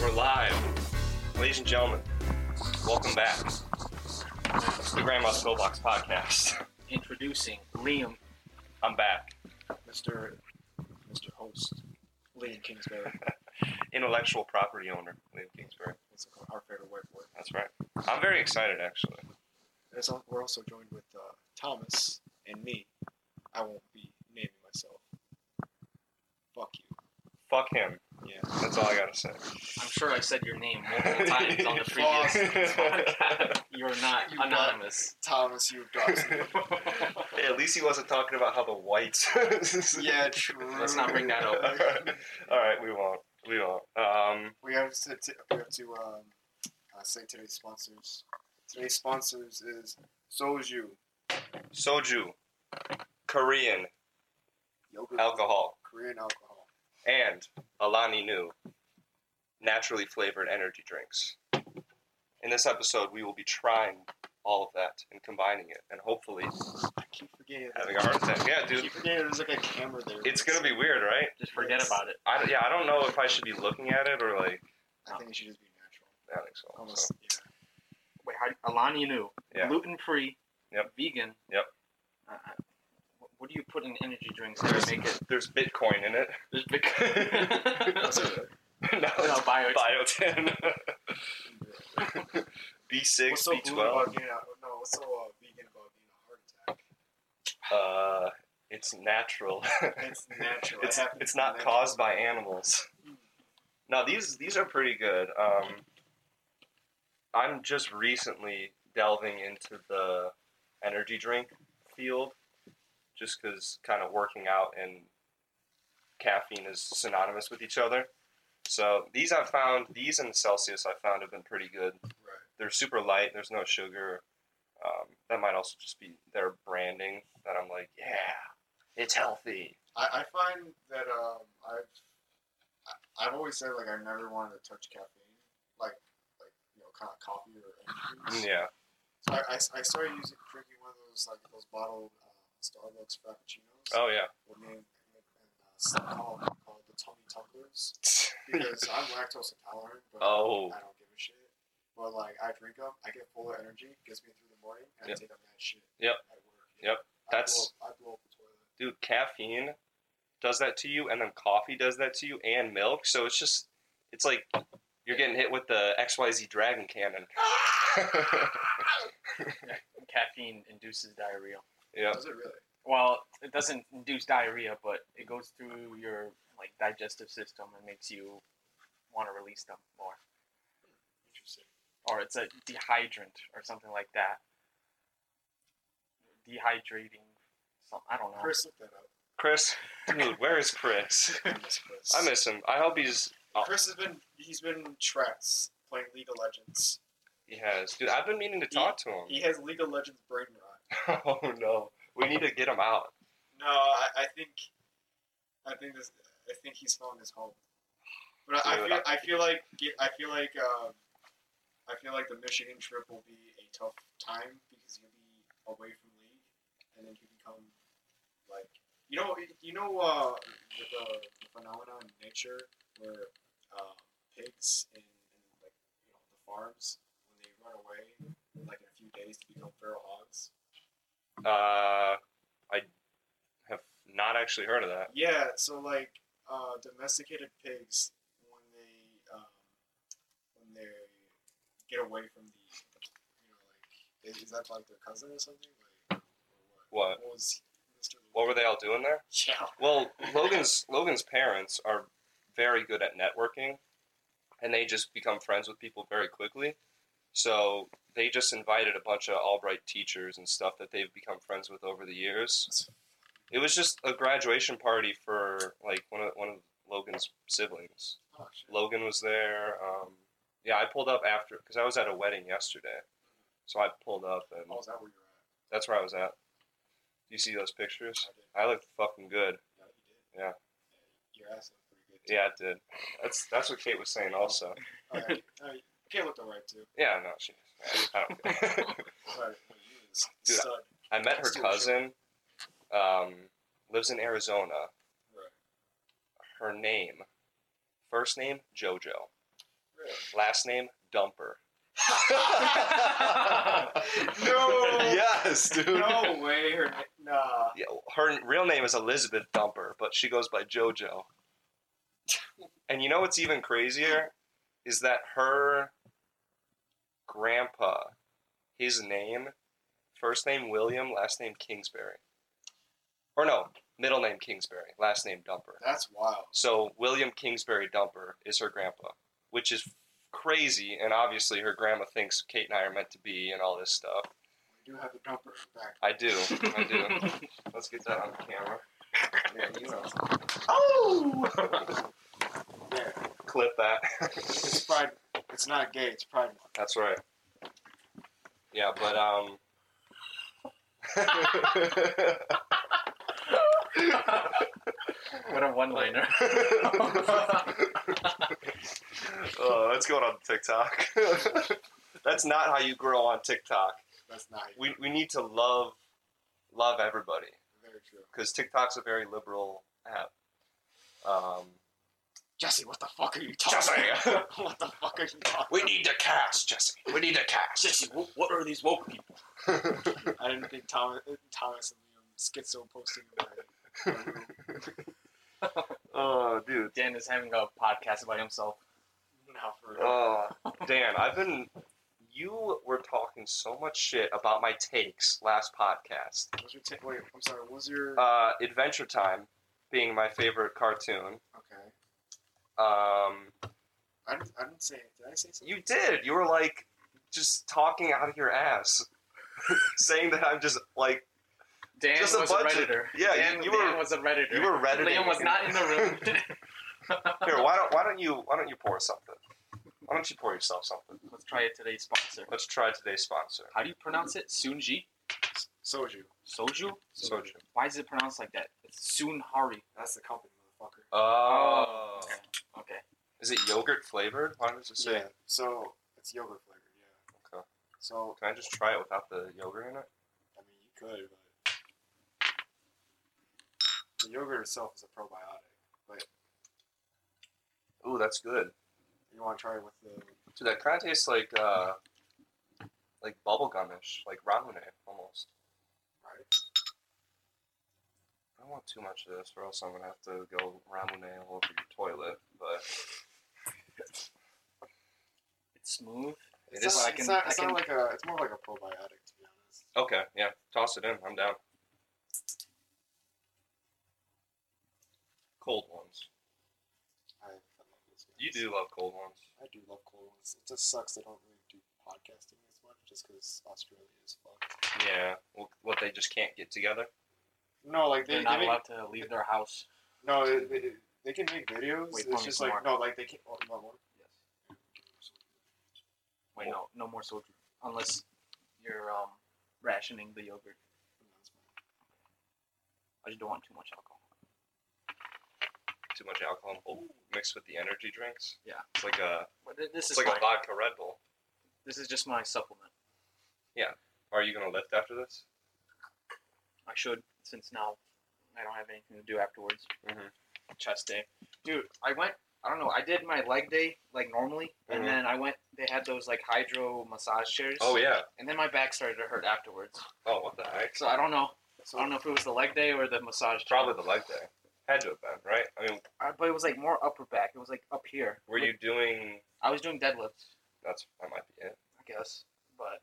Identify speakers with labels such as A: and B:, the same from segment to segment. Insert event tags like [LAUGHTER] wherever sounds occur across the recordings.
A: We're live. Ladies and gentlemen, welcome back to the Grandma's Pillbox Podcast. [LAUGHS]
B: introducing Liam,
A: I'm back.
B: Mr. Mr. Host, Liam Kingsbury.
A: Intellectual property owner, Liam Kingsbury.
B: It's our favorite word for it.
A: That's right. I'm very excited, actually.
B: There's al- we're also joined with uh, Thomas and me. I won't be naming myself. Fuck you.
A: Fuck him.
B: Yeah.
A: That's all I gotta say.
C: I'm sure I said your name
A: [LAUGHS]
C: multiple times on the previous podcast. You're not
B: You
C: anonymous.
B: Thomas, you dogs.
C: [LAUGHS]
A: Hey, [LAUGHS] at least he wasn't talking about how the whites. [LAUGHS]
B: yeah, true.
C: Let's not bring that up.
A: all right, we won't. We won't. Um,
D: [LAUGHS] We have to, t- we have to um, uh, say today's sponsors. Today's sponsors is Soju
A: soju, Korean
D: yogurt,
A: alcohol,
D: Korean alcohol.
A: and Alani Nu, naturally flavored energy drinks. In this episode, we will be trying all of that and combining it, and hopefully
D: I keep forgetting.
A: having a heart attack. Yeah,
D: I
A: dude,
D: keep forgetting there's like a camera there.
A: it's gonna be weird, right?
C: Just forget about it.
A: I don't- yeah, I don't know if I should be looking at it or like.
D: I think it should just be natural.
A: I don't think so.
D: Almost.
A: so. [LAUGHS]
D: Yeah.
C: Wait, how, Alani Nu,
A: Yeah.
C: gluten free,
A: Yep.
C: vegan.
A: Yep.
C: Uh, uh, wh- what do you put in energy drinks that
A: [LAUGHS]
C: make it?
A: There's Bitcoin in it. [LAUGHS]
C: There's [LAUGHS] big-
A: That's
D: it.
A: no,
C: no,
A: it's
C: bio.
A: biotin. [LAUGHS] B6,
D: What's so cool
A: B12.
D: about being a, no? What's so uh, vegan about being a heart
A: Uh,
D: attack?
A: it's natural. [LAUGHS]
D: It's natural. It
A: it's
D: happens
A: it's not
D: naturally.
A: caused by animals. Now these these are pretty good. Um, I'm just recently delving into the energy drink field, just because kind of working out and caffeine is synonymous with each other. So these I found these and Celsius I found have been pretty good.
D: Right.
A: They're super light. There's no sugar. Um, that might also just be their branding that I'm like, yeah, it's healthy.
D: I, I find that um, I've I- I've always said like I never wanted to touch caffeine, like like you know, kind of coffee or energy. drinks.
A: Yeah.
D: So I, I, I started using drinking one of those like those bottled uh, Starbucks frappuccinos.
A: Oh yeah.
D: With me and, and, uh, some called, called the tummy tumblers because I'm lactose intolerant, but
A: Oh.
D: I don't give a shit. But like I drink them, I get full of energy, gets me through the morning, and
A: Yep.
D: I take up that shit.
A: Yep.
D: At work.
A: Yep. That's-
D: I blow, up- I blow up the toilet.
A: [LAUGHS] dude, caffeine does that to you, and then coffee does that to you, and milk. So it's just, it's like you're getting hit with the XYZ dragon cannon.
C: Caffeine induces diarrhea.
A: yeah.
D: Does it really?
C: Well, it doesn't induce diarrhea, but it goes through your like digestive system and makes you want to release them more.
D: Interesting.
C: or it's a dehydrant or something like that. Dehydrating, some I don't know.
A: [LAUGHS]
D: Chris, look that up.
A: Chris, dude, where is Chris?
D: I miss Chris.
A: I miss him. I hope he's. oh,
D: Chris has been he's been trapped playing League of Legends.
A: He has, dude. I've been meaning to talk to him.
D: He has League of Legends brain rot.
A: [LAUGHS] Oh no, we need to get him out.
D: No, I, I think, I think this, I think he's found his home. But I, I
A: Dude,
D: feel, I feel like, ge- I feel like, um, I feel like the Michigan trip will be a tough time because you'll be away from league, and then you become like, you know, you know, uh, the, the phenomenon in nature where uh, pigs in, in like you know the farms when they run away like in a few days to become feral hogs.
A: Uh, I have not actually heard of that.
D: Yeah, so like uh, domesticated pigs, when they um, when they get away from the, you know, like is, is that like their cousin or something? Like, or
A: What?
D: What was Mr.
A: What
D: [LAUGHS]
A: were they all doing there?
D: Yeah.
A: Well, Logan's Logan's parents are very good at networking, and they just become friends with people very quickly. So they just invited a bunch of Albright teachers and stuff that they've become friends with over the years. It was just a graduation party for like one of one of Logan's siblings.
D: Oh, shit.
A: Logan was there. Um, yeah, I pulled up after because I was at a wedding yesterday, so I pulled up and
D: Oh, is that where you're at?
A: that's where I was at. Do you see those pictures?
D: I did.
A: I looked fucking good.
D: Yeah, you
A: Yeah.
D: did. Your ass looked pretty good. Too.
A: Yeah, it did. That's that's what Kate was saying also.
D: All
A: [LAUGHS]
D: right. All right. Kate looked alright too.
A: Yeah, no, she. I don't [LAUGHS] care.
D: All right. Well, you is
A: Dude,
D: stud.
A: I met her cousin. Um, lives in Arizona.
D: Right.
A: Her name, first name Jojo. [LAUGHS] Last name Dumper. [LAUGHS]
D: No.
A: yes, dude.
D: No way. Her, nah.
A: Yeah, her real name is Elizabeth Dumper, but she goes by JoJo. And you know what's even crazier is that her grandpa, his name, first name William, last name Kingsbury. Or no, middle name Kingsbury, last name Dumper.
D: That's wild.
A: So William Kingsbury Dumper is her grandpa, which is crazy. And obviously, her grandma thinks Kate and I are meant to be, and all this stuff.
D: We do have a dumper back.
A: I do, I
C: [LAUGHS]
A: do. Let's get that on camera.
D: Yeah, you know.
A: Oh!
D: Yeah.
A: Clip that. [LAUGHS]
D: It's pride. It's not gay. It's pride month.
A: That's right. Yeah, but um.
C: [LAUGHS]
A: [LAUGHS]
C: What a one liner.
A: oh, that's going on TikTok. [LAUGHS] that's not how you grow on TikTok.
D: That's not gay.
A: We, we need to love love everybody.
D: very true.
A: because TikTok's a very liberal app. Um,
D: Jesse, what the fuck are you talking? [LAUGHS] what the fuck are you talking?
A: we need to cast, Jesse. We need to cast.
C: what, what are these woke people?
D: I didn't think Thomas, Thomas and Liam schizo posting about it.
A: oh, dude.
C: [LAUGHS] Dan is having a podcast about himself.
D: Now for real.
A: Oh, Dan, I've been. You were talking so much shit about my takes last podcast.
D: What's your ta- wait? I'm sorry. What was your
A: Uh, Adventure Time being my favorite cartoon.
D: okay?
A: Um,
D: I didn't. I didn't say. it. Did I say something?
A: you did. You were like just talking out of your ass, [LAUGHS] saying that I'm just like
C: Dan
A: Just a
C: was a,
A: bunch of-
C: redditor.
A: yeah, you-
C: Dan,
A: you
C: Dan
A: were-
C: was a redditor.
A: you were redditing.
C: Liam was not in the room. [LAUGHS]
A: Here, why don't why don't you why don't you pour something? Why don't you pour yourself something?
C: Let's try it today's sponsor.
A: Let's try today's sponsor.
C: How do you pronounce it? Sunji?
D: Soju.
C: Soju?
A: Soju.
C: Why is it pronounced like that? It's Sunhari.
D: That's the company, motherfucker.
A: Oh.
C: Okay. okay.
A: Is it yogurt flavored? Why does it say?
D: Yeah. So it's yogurt flavored. Yeah.
A: Okay.
D: So
A: Can I just try it without the yogurt in it?
D: I mean, you could, but the yogurt itself is a probiotic.
A: Ooh, that's good.
D: You want to try it with the
A: Dude, that kind of tastes like uh, like bubblegumish, like ramen almost.
D: right?
A: I don't want too much of this, or else I'm gonna have to go ramen all over your toilet. But
C: It's smooth.
A: it
D: It's
A: is
D: not,
C: like-
D: it's,
C: I can-
D: not,
C: I
D: it's
C: can-
D: not like a. It's more like a probiotic, to be honest.
A: okay. Yeah, toss it in. I'm down. Cold ones.
D: I, I love this.
A: You do love cold ones.
D: I do love cold ones. It just sucks they don't really do podcasting as much, just because Australia is fucked.
A: Yeah. Well, what they just can't get together.
D: No, like
C: They're
D: they, they
C: not
D: make,
C: allowed to leave their house.
D: no, they, they, they can make videos.
C: Wait, pour
D: it's
C: me
D: just
C: some
D: like
C: more.
D: no, like they can't. Oh, you want more?
C: Yes. Wait, no, no more soju. Unless you're um, rationing the yogurt.
D: No, that's fine.
C: I just don't want too much alcohol.
A: Too much alcohol oh, mixed with the energy drinks.
C: Yeah.
A: It's like a
C: But th- this
A: it's
C: is
A: like a
C: fine.
A: vodka Red Bull.
C: This is just my supplement.
A: Are you gonna lift after this?
C: I should, since now I don't have anything to do afterwards.
A: Mhm.
C: Chest day, dude. I went. I don't know. I did my leg day like normally,
A: Mhm.
C: and then I went. They had those like hydro massage chairs.
A: Oh yeah.
C: And then my back started to hurt afterwards.
A: Oh what the heck?
C: So I don't know.
D: So
C: I don't know if it was the leg day or the massage. chair.
A: Probably the leg day. Had to have been right. I mean,
C: Uh, but it was like more upper back. It was like up here.
A: were you doing?
C: I was doing deadlifts,
A: That's that might be it.
C: I guess, but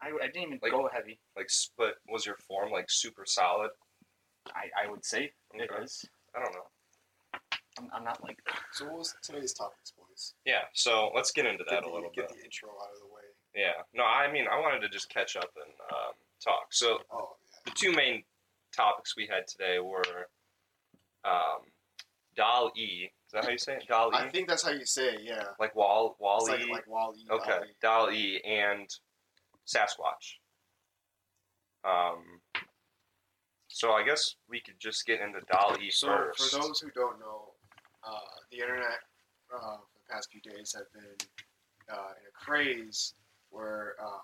C: I, I didn't even
A: Like-
C: go heavy.
A: Like, but was your form like super solid?
C: I, I would say it
A: Okay.
C: is.
A: I don't know.
C: I'm, I'm not like
D: So what was today's topics, boys?
A: Yeah. So let's get into
D: Get
A: that
D: the,
A: a little
D: get
A: bit.
D: the intro out of the way.
A: Yeah. No, I mean, I wanted to just catch up and um, talk. So
D: Oh yeah.
A: the two main topics we had today were um, Dal E. Is that how you say it? Dal
D: I
A: E.
D: think that's how you say it, yeah.
A: Like Wall Wall
D: It's
A: E.
D: like, like Wally.
A: Okay,
D: Wally.
A: Dal E and Sasquatch. Um, so I guess we could just get into Dal E
D: So
A: first.
D: for those who don't know, uh, the internet uh, for the past few days have been uh, in a craze where uh,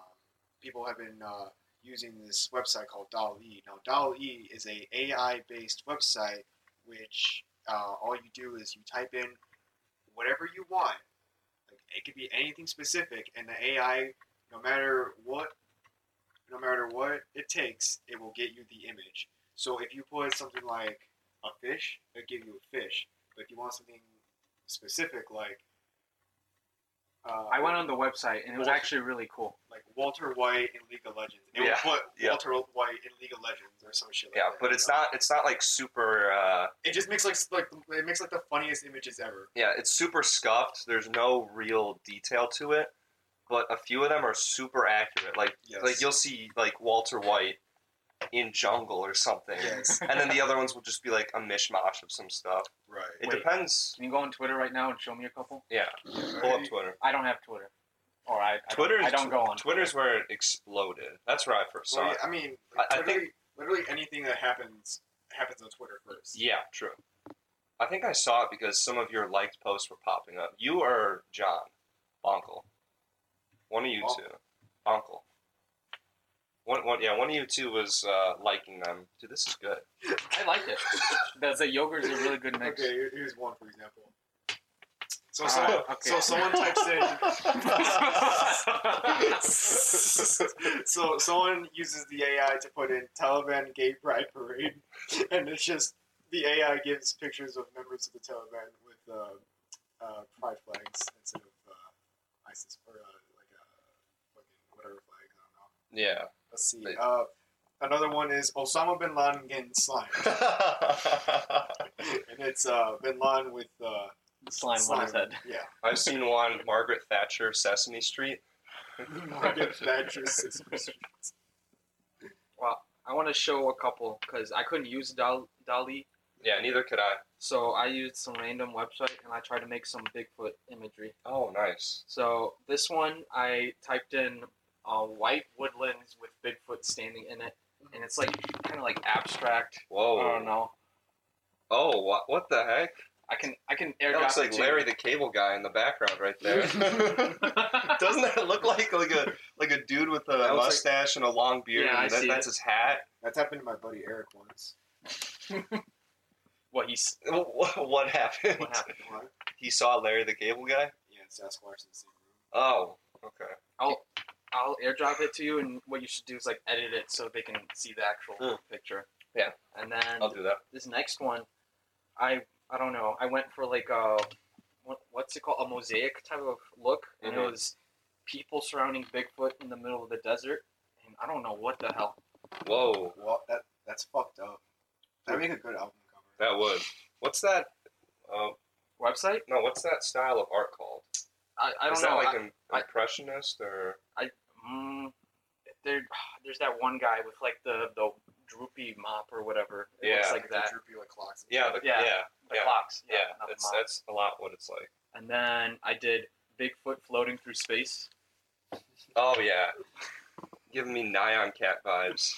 D: people have been uh, using this website called Doll E. Now Doll E is a AI-based website which uh, all you do is you type in whatever you want, specific. It could be anything specific, and the AI, no matter what, no matter what it takes, it will get you the image. So if you put something like a fish, it'll give you a fish. But if you want something specific, like uh,
C: I went on the website and it was
D: Well-
C: actually really cool.
D: like Walter White in League of Legends. It
A: Yeah,
D: will put
A: yeah.
D: Walter White in League of Legends or some shit. Like
A: Yeah,
D: that.
A: but it's not it's not like super uh,
D: It just makes like like it makes like the funniest images ever.
A: yeah, it's super scuffed. There's no real detail to it, but a few of them are super accurate. Like
D: Yes.
A: like you'll see like Walter White in jungle or something. [LAUGHS]
D: Yes.
A: And then the other ones will just be like a mishmash of some stuff.
D: Right.
A: It
C: Wait.
A: depends.
C: Can you go on Twitter right now and show me a couple?
A: Yeah, pull up Twitter.
C: I don't have Twitter, or I, I
A: Twitter's
C: Don't, I don't go on
A: Twitter's where it exploded. That's where I first saw
D: Well,
A: it.
D: yeah, I mean,
A: I- I
D: literally, literally anything that happens happens on Twitter first.
A: Yeah, true. I think I saw it because some of your liked posts were popping up. You or John, Bonkle, one of you
D: Bonkle.
A: two, Bonkle. One, one, yeah, one of you two was uh, liking them. Dude, this is
C: [LAUGHS]
A: good.
C: I like
D: [LAUGHS]
C: it. That's a yogurt's a really good mix.
D: Okay, here- here's one for example.
A: Ah,
D: So
C: Uh,
D: someone,
C: okay.
D: so someone types in. [LAUGHS] so someone uses the AI to put in Taliban Gay Pride Parade, [LAUGHS] and it's just the AI gives pictures of members of the Taliban with uh, uh, pride flags instead of uh, ISIS or uh, like a fucking whatever flag. I don't know.
A: Yeah.
C: [LAUGHS]
D: Let's see.
A: Wait.
D: Uh, another one is Osama bin Laden getting slimed,
A: I've
D: and it's uh, bin Laden with uh,
C: Slime, on his head.
A: [LAUGHS]
D: Yeah.
A: seen one, Margaret Thatcher, Sesame Street.
D: Margaret Thatcher's sisters.
C: Well, I want to show a couple because I couldn't use Dal- Dali,
A: Yeah, neither could I.
C: so I used some random website and I tried to make some Bigfoot imagery.
A: Oh, nice.
C: So this one, I typed in uh, white woodlands with Bigfoot standing in it, and it's like kind of like abstract.
A: Whoa.
C: I don't know.
A: Oh, what, what the heck?
C: I can I can
A: That
C: airdrop.
A: looks
C: it
A: like
C: to you.
A: Larry the Cable Guy in the background right there. Doesn't that look like like a like a dude with a
D: looks like-
A: mustache and a long beard?
C: Yeah, I
A: and that,
C: see
A: that's
C: it.
A: his hat. [LAUGHS]
D: That's happened to my buddy Eric once.
C: [LAUGHS] what he's
A: Wh- wh- What happened?
C: what happened?
D: What?
A: He saw Larry the Cable Guy.
D: Yeah, and Sasquatch in the same room.
A: Oh, okay.
C: I'll airdrop it to you, and what you should do is like edit it so they can see the actual
A: Mm.
C: picture.
A: Yeah.
C: And then
A: I'll do that.
C: this next one, I I don't know. I went for like a what, what's it called a mosaic type of look, and
A: Mhm.
C: it was people surrounding Bigfoot in the middle of the desert, and I don't know what the hell.
A: Whoa,
D: Well, that that's fucked up. That'd make a good album cover.
A: that would. What's that? Uh,
C: Website?
A: no, what's that style of art called?
C: I, I don't
A: Is that
C: know.
A: like
C: I-
A: an
C: I-
A: impressionist or?
C: mm, there, [SIGHS] there's that one guy with like the the droopy mop or whatever. It
A: Yeah.
C: looks like that.
D: The droopy like clocks.
A: Yeah, the, yeah,
C: Yeah.
A: yeah,
C: The clocks.
A: yeah.
C: not the
A: That's
C: mop.
A: that's a lot what it's like.
C: And then I did Bigfoot floating through space.
A: Oh yeah, giving me Nyan Cat vibes.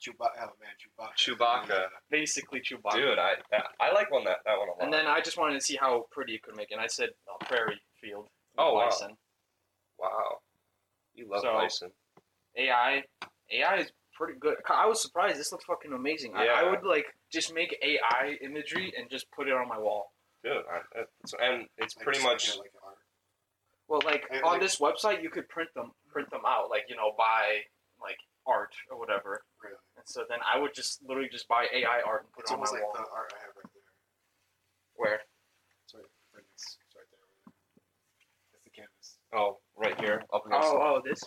D: Chewbacca. Oh man, Chewbacca.
A: Chewbacca.
C: Basically Chewbacca.
A: Dude, I that, I like one that that one a lot.
C: And then I just wanted to see how pretty it could make it. And I said a prairie field. with
A: Oh, wow.
C: bison.
A: wow, you love
C: So-
A: bison.
C: AI. AI is pretty good. I was surprised. This looks fucking amazing. I, I
A: Yeah.
C: would like just make AI imagery and just put it on my wall.
A: Dude, I, that's, and it's
D: Like,
A: pretty
D: just like
A: much
D: a- like an art.
C: Well, like
D: And,
C: on
D: like-
C: this website, you could print them, print them out, like you know, by like art or whatever.
D: Really.
C: And so then I would just literally just buy AI art and put
D: It's
C: it on my
D: almost like
C: wall.
D: the art I have right there.
C: Where?
D: It's right, right next- it's right there. It's the canvas.
A: oh right here up against.
C: Oh, oh, this.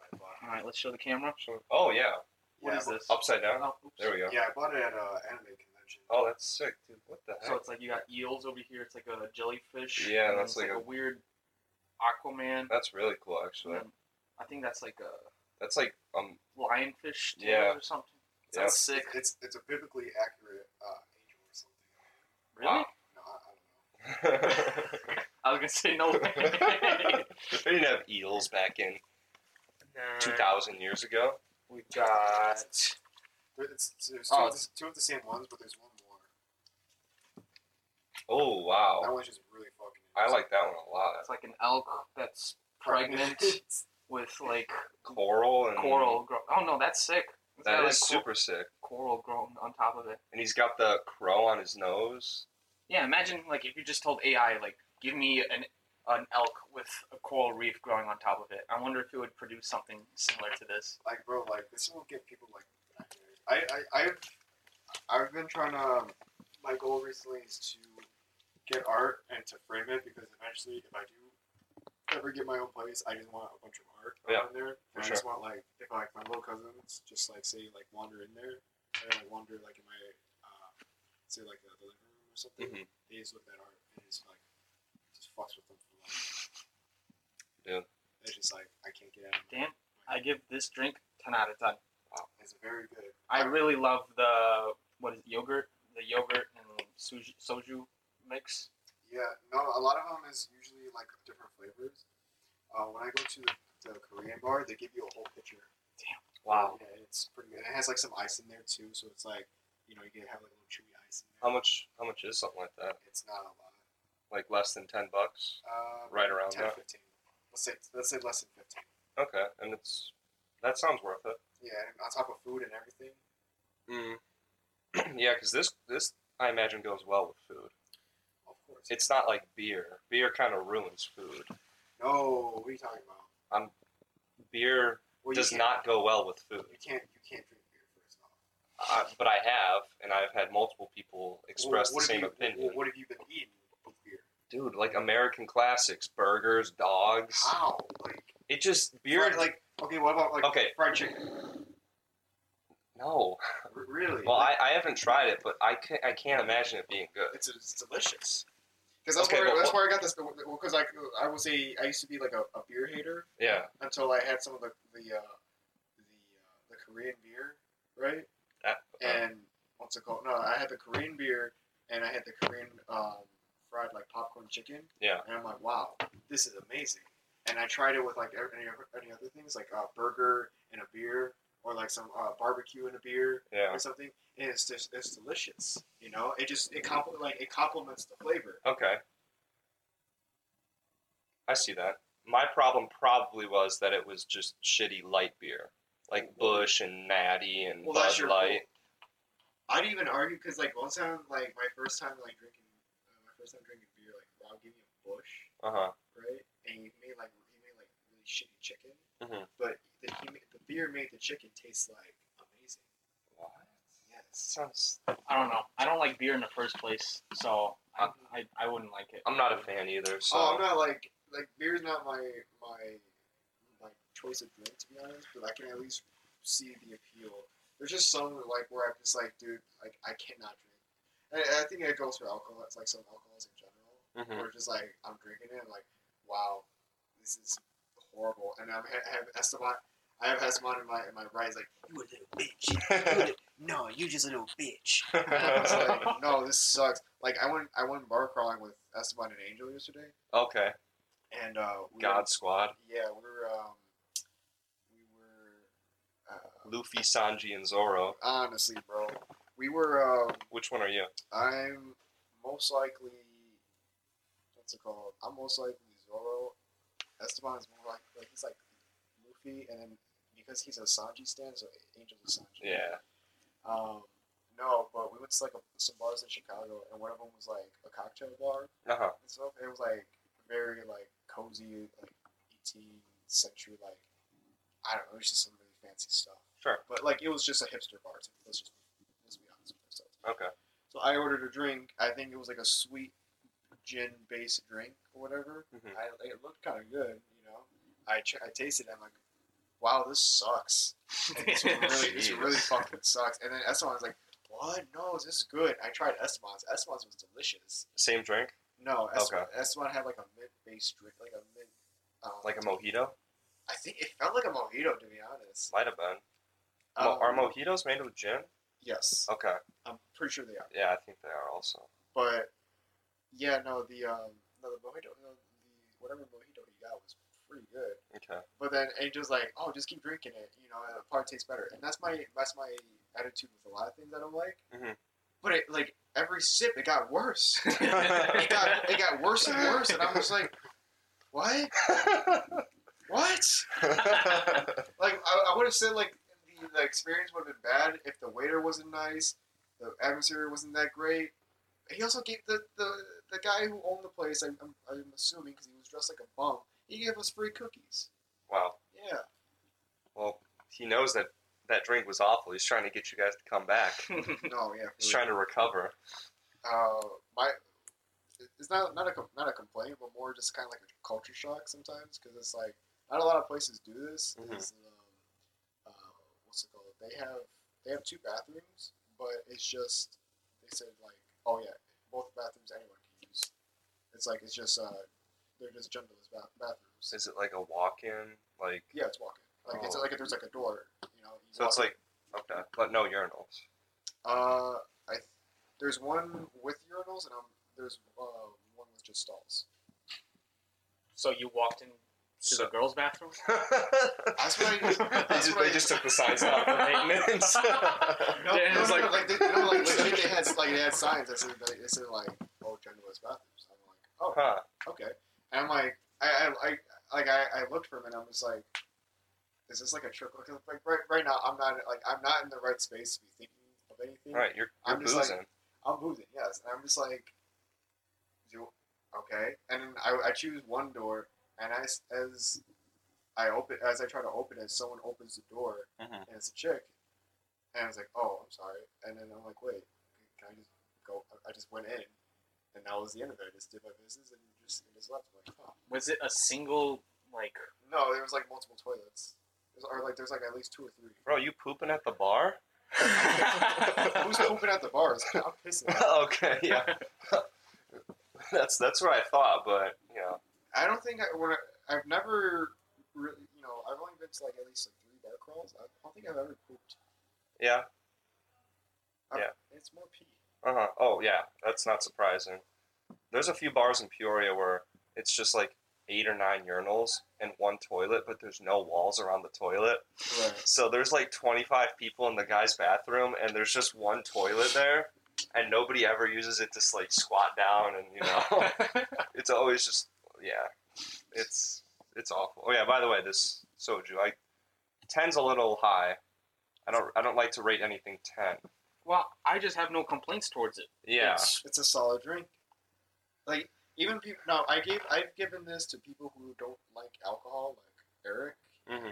D: I bought.
C: All right, let's show the camera.
A: the- oh yeah,
C: What
D: Yeah,
C: is this?
A: upside down.
C: Oh, oops.
A: There we go.
D: Yeah, I bought it at uh, anime convention.
A: Oh, that's sick, dude. What the
C: So
A: heck?
C: it's like you got eels over here. It's like a jellyfish.
A: Yeah,
C: and then
A: that's
C: it's
A: like
C: a,
A: a-
C: weird Aquaman.
A: That's really cool, actually.
C: and then I think that's like a
A: That's like um,
C: lionfish tail
A: Yeah.
C: or something.
A: yeah.
C: Sounds sick.
D: It's it's a biblically accurate uh, angel or
C: Really?
D: something.
A: [LAUGHS] Wow.
D: No, I, I don't know.
C: I was gonna say no way.
A: [LAUGHS] they didn't have eels back in two
C: [LAUGHS]
A: thousand years ago.
C: We got.
D: There- It's, so there's two,
C: Oh,
D: of the, two of the same ones, but there's one more.
A: Oh
D: That
A: wow,
D: one's just really fucking.
A: I like that one a lot.
C: It's like an elk that's pregnant
D: [LAUGHS]
A: [LAUGHS]
C: with like
A: Coral and
C: coral. Grow- oh no, that's sick. It's
A: That
C: got,
A: is
C: like,
A: super
C: cor-
A: sick.
C: coral growing on top of it.
A: And he's got the crow on his nose.
C: Yeah, imagine like if you just told AI like, give me an an elk with a coral reef growing on top of it. I wonder if it would produce something similar to this.
D: like bro, like this will get people like. I I I've I've been trying to. My goal recently is to get art and to frame it because eventually, if I do ever get my own place, I just want a bunch of art
A: Yeah,
D: on there.
A: for
D: And I just want like if like my little cousins just like say like wander in there and like wander like in my uh, say like the living room or something.
A: Mhm.
D: They just look at art and it's like just fucks with them for like.
A: Yeah.
D: It's just like I can't get out. of it.
C: Dan, I give this drink ten out of ten.
D: Wow, it's very good.
C: I really love the what is it, yogurt, the yogurt and soju, soju mix.
D: Yeah, no, a lot of them is usually like different flavors. Uh, when I go to the, the Korean bar, they give you a whole pitcher. Yeah, and it's pretty good. And it has like some ice in there too, so it's like, you know, you can have like a little chewy ice in there.
A: How much? How much is something like that?
D: It's not a lot.
A: Like less than ten bucks?
D: Uh,
A: Right around
D: 10,
A: that.
D: 15. Let's say, let's say less than 15.
A: Okay, and it's that sounds worth it.
D: Yeah, and on top of food and everything.
A: Mm. [CLEARS THROAT] yeah, because this this I imagine goes well with food.
D: Of course.
A: It's not like beer. Beer kind of ruins food.
D: no, what are you talking about?
A: Beer
D: Well, you
A: does
D: can't-
A: not go well with food.
D: You can't, you can't drink beer first off.
A: Uh, but I have, and I've had multiple people express
D: Well, what
A: the
D: have
A: same
D: you-
A: opinion.
D: well, what have you been eating with beer?
A: Dude, like American classics, burgers, dogs.
D: How? Like,
A: It just beer
D: fried- like, okay, what about like
A: Okay.
D: fried chicken?
A: no. [LAUGHS]
D: R- Really?
A: Well, I, I haven't tried it, but I can't I can't imagine it being good.
D: it's, it's delicious. Because that's
A: Okay,
D: where
A: but
D: that's
A: what-
D: where I got this. Because like I was a I used to be like a, a beer hater
A: Yeah.
D: until I had some of the the uh, the uh, the Korean beer, right?
A: That,
D: And what's it called? No, I had the Korean beer and I had the Korean um, fried like popcorn chicken.
A: Yeah.
D: And I'm like, wow, this is amazing. And I tried it with like every- any other- any other things like a burger and a beer or like some uh, barbecue and a beer.
A: yeah.
D: or something, and it's just it's delicious. You know, it just it compl- like it complements the flavor.
A: Okay. I see that. My problem probably was that it was just shitty light beer, like Bush and Natty and
D: Well, that's
A: Bud
D: your
A: Light.
D: I'd even argue because like one time, like my first time like drinking, uh, my first time drinking beer, like Rob gave me a bush,
A: Uh huh.
D: right? And he made like he made like really shitty chicken,
A: Mhm.
D: but the, he made, the beer made the chicken taste like amazing.
A: What?
D: Yes.
A: Sounds.
C: I don't know. I don't like beer in the first place, so I, I, I wouldn't
A: [LAUGHS]
C: like it.
A: I'm not a fan either. So.
D: Oh, I'm not like like beer's not my my my choice of drink to be honest, but I can at least see the appeal. There's just some like where I'm just like, dude, like I cannot drink. And and I think it goes for alcohol. It's like some alcohols in general,
A: Mhm.
D: where it's just like I'm drinking it, and like wow, this is horrible. And I'm, I have Esteban. I have Esteban in my in my right. He's like, you a little bitch. You
A: Mm-hmm.
D: a li- no, you just
A: [LAUGHS]
D: a little bitch. [LAUGHS] I was like, no, this sucks. Like I went I went bar crawling with Esteban and Angel yesterday,
A: okay.
D: and uh, we
A: God Squad.
D: Were, yeah, we were um, we were uh,
A: Luffy, Sanji, and Zoro.
D: honestly, bro, we were. Um,
A: Which one are you?
D: I'm most likely what's it called? I'm most likely Zoro. Esteban is more like, like he's like Luffy, and then because he's a Sanji stan, so Angel's a Sanji.
A: Yeah.
D: Um, no, but we went to like a, some bars in Chicago, and one of them was like a cocktail bar
A: Uh huh.
D: and stuff. It was like very like cozy, like 18th century, like I don't know, it was just some really fancy stuff.
A: Sure.
D: But like it was just a hipster bar. So let's just let's be honest with ourselves.
A: Okay.
D: So I ordered a drink. I think it was like a sweet gin based drink or whatever.
A: Mhm.
D: I, like, it looked kind of good, you know. I, ch- I tasted it. I'm like, wow,
A: [LAUGHS]
D: this sucks. And this really, this
A: Jeez.
D: really fucking sucks. And then Esteban's like, what? No, this is good. I tried Esteban's. Esteban's was delicious.
A: Same drink,
D: No, Esteban,
A: Okay.
D: Esteban had like a mint based drink, like a mint. Um,
A: like a mojito.
D: I think it felt like a mojito, to be honest.
A: Might have been. Mo- Oh.
D: Um,
A: are mojitos made with gin?
D: Yes,
A: Okay.
D: I'm pretty sure they are.
A: Yeah, I think they are also.
D: But yeah, no, the um, no, the mojito, no, the whatever mojito he got was pretty good.
A: Okay.
D: But then Angel's like, oh, just keep drinking it, you know, it'll probably taste better. And that's my that's my attitude with a lot of things I don't like.
A: Mhm.
D: But it like every sip, it
A: [LAUGHS]
D: got worse. it [LAUGHS] got it got worse and worse, and I'm just like, what? [LAUGHS] What? Like I, I would have said like the, the experience would have been bad if the waiter wasn't nice, the atmosphere wasn't that great. he also gave the, the, the guy who owned the place. I'm, I'm, I'm assuming because he was dressed like a bum. He gave us free cookies.
A: [LAUGHS] Wow.
D: Yeah.
A: Well, he knows that that drink was awful. He's trying to get you guys to come back.
D: No. Yeah.
A: [LAUGHS] He's trying to recover.
D: uh, my it's not not a com- not a complaint, but more just kind of like a culture shock sometimes because it's like not a lot of places do this.
A: Mhm.
D: Is, um, uh, what's it called? They have they have two bathrooms, but it's just they said like, oh yeah, both bathrooms anyone can use. It's like it's just uh, they're just genderless ba- bathrooms.
A: Is it like a walk-in? Like
D: yeah, it's walking. Like it's
A: Oh.
D: like if there's like a door, you know. You
A: so? It's
D: walk-
A: like okay, but no urinals.
D: uh, I there's one with urinals and I'm, there's uh, one with just stalls.
C: [LAUGHS] So you walked into
A: So- [LAUGHS]
C: the girls' bathroom.
D: That's what I.
A: they,
D: That's
A: just,
D: what
A: they
D: I,
A: just took the signs out for maintenance.
D: [LAUGHS] No,
C: Yeah,
D: no,
C: it's
D: no,
A: like-
D: no, like they, no, like legit, they had like they had signs that said that it said like oh genderless bathrooms. I'm like
A: [LAUGHS] huh.
D: oh okay, and I'm like I I, I like I, I looked for a minute. I'm just like, is this like a trick? Like, like right right now I'm not like I'm not in the right space to be thinking of anything.
A: All right, you're you're
D: I'm just like-
A: boozing.
D: I'm boozing, yes. And I'm just like, do okay. And then I, I choose one door, and I s as I open as I try to open it, someone opens the door,
A: Mhm.
D: and it's a chick. And I was like, oh, I'm sorry. And then I'm like, wait, can I just go? I- I just went in, and that was the end of it. I just did my business and just and just left. I'm like, huh.
C: Was it a single like?
D: No, there was like multiple toilets. There's, or like there's like at least two or three. [LAUGHS]
A: Bro, you pooping at the bar?
D: Who's pooping at the bars? [LAUGHS] I'm pissing.
A: [LAUGHS] okay, yeah.
D: [LAUGHS]
A: that's that's what I thought, but you know,
D: I don't think I, when I, I've never really, you know, I've only been to like at least like three bar crawls. I don't think I've ever pooped.
A: yeah.
D: It's more pee.
A: Uh huh. Oh yeah, that's not surprising. There's a few bars in Peoria where it's just like eight or nine urinals and one toilet, but there's no walls around the toilet.
D: Right.
A: So there's like 25 people in the guy's bathroom, and there's just one toilet there, and nobody ever uses it to just, like squat down, and you
C: [LAUGHS]
A: know, it's always just yeah, it's it's awful. Oh yeah, by the way, this soju, I ten's a little high. I don't I don't like to rate anything ten.
C: [LAUGHS] well, I just have no complaints towards it.
A: Yeah,
C: It's-
D: It's a solid drink. Like even people. No, I gave. I've given this to people who don't like alcohol, like Eric,
A: hmm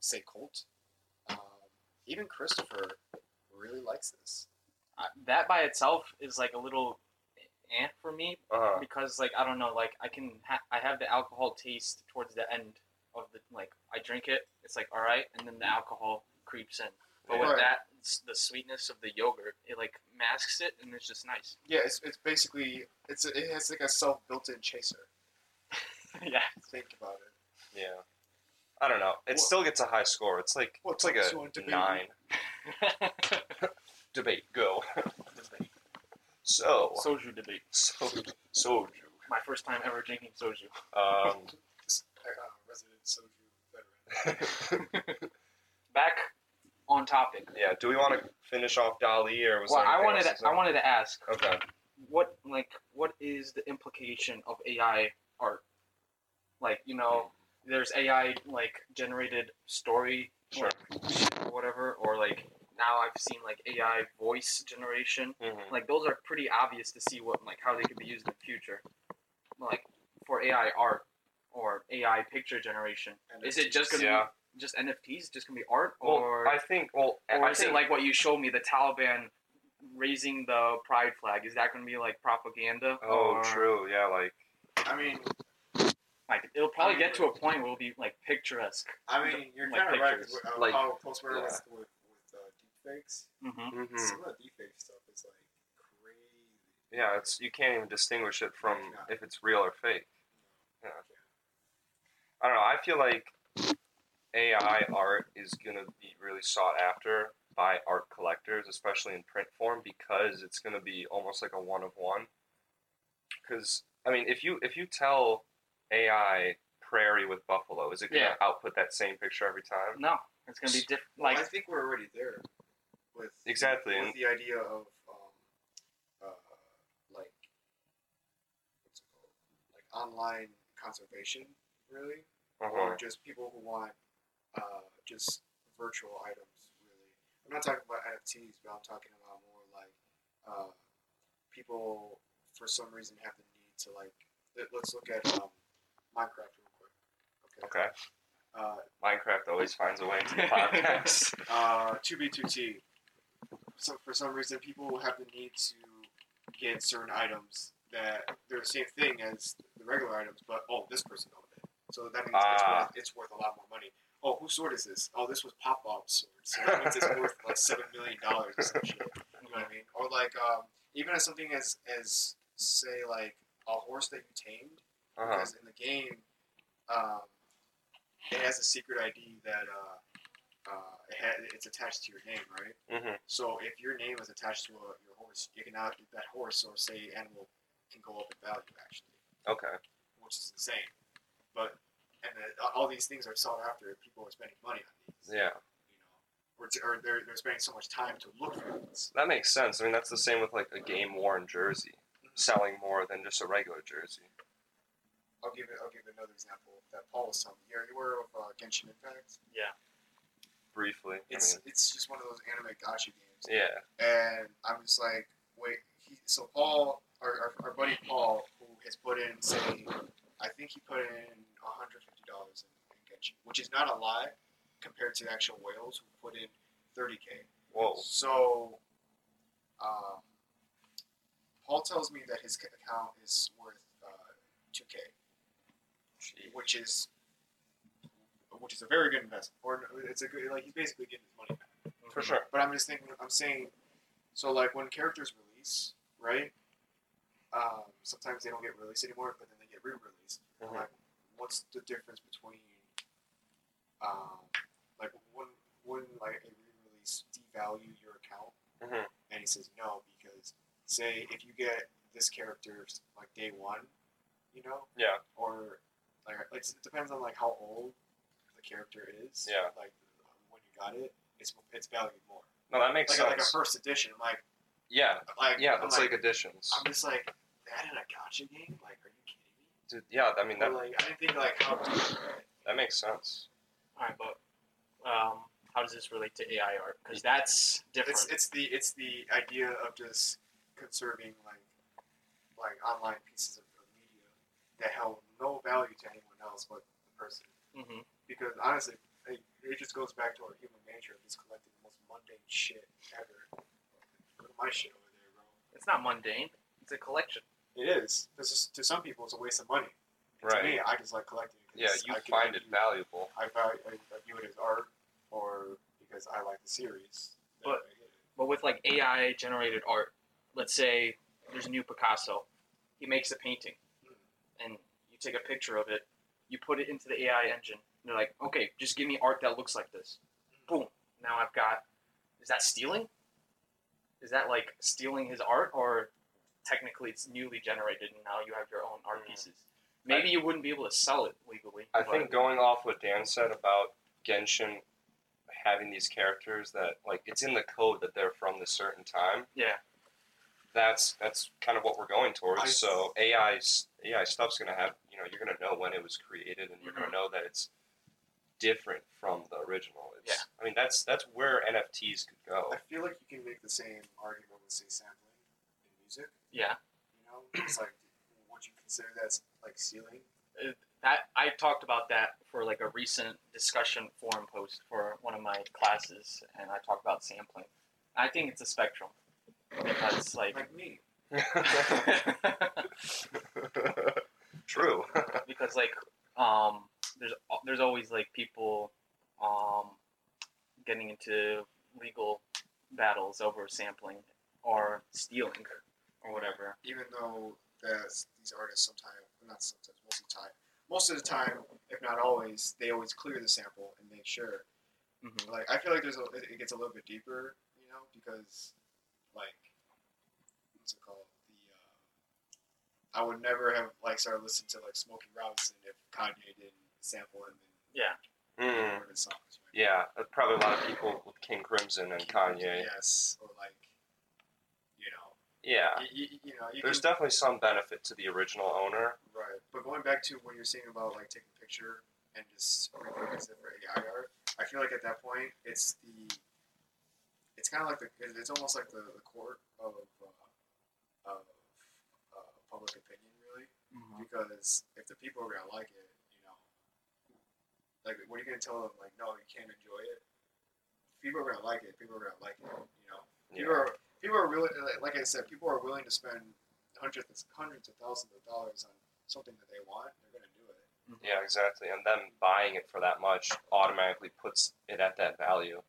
D: say Colt, um, even Christopher really likes this.
C: I- uh, that by itself is like a little eh for me
A: uh-huh.
C: because like I don't know, like I can ha- I have the alcohol taste towards the end of the like I drink it, it's like all right, and then the alcohol creeps in. But
D: Right.
C: with that, s- the sweetness of the yogurt, it like masks it, and it's
A: [LAUGHS]
C: just nice.
D: Yeah, it's, it's basically it's a, it has like a self built-in chaser.
C: yeah,
D: Think about it.
A: yeah. I don't know. It
D: Well-
A: still gets a high score. It's like
D: Well,
A: it's like
D: so on
A: a
D: debate-
A: nine. Debate go. So
C: [LAUGHS] soju debate.
A: so soju.
C: My first time ever drinking soju.
A: Um, [LAUGHS]
D: Uh, resident soju veteran.
C: Back on topic.
A: yeah. Do we want to finish off Dali or was
C: Well,
A: there
C: I
A: anything
C: wanted
A: else?
C: to, I wanted to ask
A: Okay.
C: what like what is the implication of AI art? Like you know, there's AI like generated story,
A: Sure.
C: or whatever, or like now I've seen like AI voice generation.
A: Mhm.
C: Like those are pretty obvious to see what like how they could be used in the future, like for AI art or AI picture generation. Is it just gonna
A: Yeah.
C: be just NFTs? Just gonna be art,
A: Well,
C: or
A: I think. Well,
C: or
A: I
C: is
A: think
C: it like what you showed me, the Taliban raising the pride flag? Is that going to be like propaganda?
A: Oh,
C: or,
A: true. Yeah, like
E: I mean,
C: Like it'll probably get to a point where it'll be like picturesque.
E: I mean, you're
C: Like
E: kind of right.
C: pictures.
E: with, Uh,
A: Like-
E: how close we're
A: yeah.
E: with with, with uh, deepfakes.
C: hmm
A: mhm.
E: Some of the deepfake stuff is like crazy.
A: yeah, it's you can't even distinguish it from if it's real or fake. Yeah. I don't know. I feel like AI art is gonna be really sought after by art collectors, especially in print form, because it's gonna be almost like a one of one. Because I mean, if you if you tell AI prairie with buffalo, is it gonna
C: Yeah.
A: output that same picture every time?
C: No, it's going to be different.
E: Well,
C: Like
E: I think we're already there with
A: Exactly,
E: with
A: and-
E: the idea of um,
D: uh, like what's it called? Like online conservation, really,
A: Uh-huh.
D: or just people who want uh, just virtual items, really. I'm not talking about NFTs, but I'm talking about more like uh, people for some reason have the need to like. let- Let's look at um, Minecraft real quick. Okay.
A: Okay.
D: Uh,
A: Minecraft always finds a way into the
C: [LAUGHS]
A: podcast.
D: uh, 2B2T. So for some reason, people have the need to get certain items that they're the same thing as the regular items, but oh, this person owned it, so that means
A: Ah.
D: it's, worth, it's worth a lot more money. Oh, whose sword is this? Oh, this was Pop Bob's sword, so that means it's worth like seven million dollars or some shit. You know what I mean? Or like um, even as something as as say like a horse that you tamed,
A: Uh-huh.
D: because in the game, um, it has a secret ID that uh, uh, it ha- it's attached to your name, right?
A: Mhm.
D: So if your name is attached to a, your horse, you can now that horse or say animal can go up in value actually,
A: Okay.
D: which is insane. But and the, all these things are sought after. and People are spending money on these,
A: Yeah.
D: you know, or, t- or they're they're spending so much time to look for these.
A: That makes sense. I mean, that's the same with like a game worn jersey, selling more than just a regular jersey.
D: I'll give it. I'll give another example that Paul was telling me. You're you aware of uh, Genshin Impact?
A: Briefly.
D: It's it's just one of those anime gacha games.
A: I mean, yeah.
D: and I'm just like, wait. He, so Paul, our, our, our buddy Paul, who has put in, say, I think he put in 150 dollars in, in Genshin, which is not a lot compared to the actual whales who put in 30k.
A: Whoa.
D: So, um, Paul tells me that his account is worth uh, 2k
A: Gee.
D: which is which is a very good investment. Or it's a good like he's basically getting his money back
A: For sure.
D: But I'm just thinking, I'm saying, so like when characters release, right? Um, sometimes they don't get released anymore, but then they get re-released. I'm
A: Mhm.
D: Like, what's the difference between, um, like when when like a re-release devalue your account?
A: Mhm.
D: And he says no because say if you get this character like day one, you know,
A: Yeah.
D: or like it's, it depends on like how old the character is.
A: Yeah.
D: Like when you got it, it's it's valued more.
A: No, that makes
D: Like,
A: sense.
D: like a first edition, I'm like
A: yeah.
D: like
A: Yeah,
D: I'm
A: that's like,
D: like
A: additions.
D: I'm just like that in a gotcha game. Like, are you kidding me?
A: Dude, yeah, I mean, that,
D: Or, like I didn't think like how.
A: that makes sense.
C: All right, but um, how does this relate to AI art? Because that's different.
D: It's it's the it's the idea of just conserving like like online pieces of of media that held no value to anyone else but the person.
C: hmm
D: because honestly, it, it just goes back to our human nature of just collecting the most mundane shit ever. Look at my shit over there, bro.
C: It's not mundane. It's a collection.
D: It is. This is to some people, it's a waste of money. And
A: Right.
D: To me, I just like collecting. it 'cause
A: Yeah, you
D: I can
A: find it
D: view-
A: valuable.
D: I, value, I, I view it as art, or because I like the series. that
C: But-
D: I get it.
C: But with like AI generated art, let's say there's a new Picasso, he makes a painting, and you take a picture of it, you put it into the AI engine, and they're like, okay, just give me art that looks like this. Boom. Now I've got. Is that stealing? Is that like stealing his art, or technically it's newly generated and now you have your own art
A: Mm.
C: pieces? Maybe you wouldn't be able to sell it legally.
A: I
C: but-
A: think going off what Dan said about Genshin having these characters that, like, it's in the code that they're from this certain time.
C: Yeah.
A: that's that's kind of what we're going towards.
D: I-
A: so AI 's- AI stuff's gonna have you know you're gonna know when it was created and you're
D: Mm-hmm.
A: gonna know that it's different from the original. It's, I mean that's that's where NFTs could
D: [LAUGHS]
A: go.
D: I feel like you can make the same argument with, say, sampling in music.
C: Yeah.
D: You
A: [CLEARS THROAT]
D: know, it's like, would you consider that like stealing?
C: that I talked about that for like a recent discussion forum post for one of my classes, and I talked about sampling. I think it's a spectrum because like [LAUGHS]
D: Like me.
A: [LAUGHS] True.
C: because like um there's al- there's always like people um getting into legal battles over sampling or stealing or whatever.
D: even though that these artists sometimes, not sometimes, most of the time, most of the time, if not always, they always clear the sample and make sure.
C: Mhm.
D: Like I feel like there's a, it it gets a little bit deeper, you know, because like what's it called? The uh, I would never have like started listening to like Smokey Robinson if Kanye didn't sample him in
C: Yeah.
A: Mm,
D: one of his songs. right?
A: yeah, uh, probably a lot of people with King Crimson and Kanye.
D: Yes, or like you know,
A: Yeah,
D: y- y- you know, you
A: there's
D: can-
A: definitely some benefit to the original owner.
D: Right. But going back to what you're saying about like taking a picture and just repurposing it for AI art, I feel like at that point it's the it's kind of like the it's almost like the, the court of uh, of uh, public opinion, really,
C: Mhm.
D: because if the people are gonna like it, you know, like what are you gonna tell them? Like, no, you can't enjoy it. People are gonna like it. People are gonna like it. You know, people
A: Yeah.
D: are people are really like- like I said, people are willing to spend hundreds hundreds of thousands of dollars on something that they want. They're gonna do it.
A: Yeah, exactly. And them buying it for that much automatically puts it at that value.